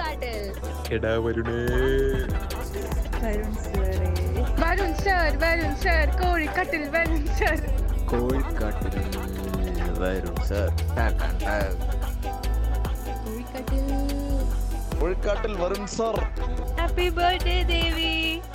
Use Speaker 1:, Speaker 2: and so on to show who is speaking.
Speaker 1: കാട്ടിൽ
Speaker 2: എടാ വരുണേ
Speaker 3: വരുൺ സാറേ.
Speaker 1: വരുൺ സർ വരുൺ സർ കോഴിക്കട്ടിൽ വരുൺ സർ
Speaker 4: കോഴിക്കാട്ടിൽ വരും സർ
Speaker 3: കുഴിക്കട്ടിൽ.
Speaker 4: കോഴിക്കാട്ടിൽ വരും സർ
Speaker 3: ഹാപ്പി ബർത്ത്ഡേ ദേവി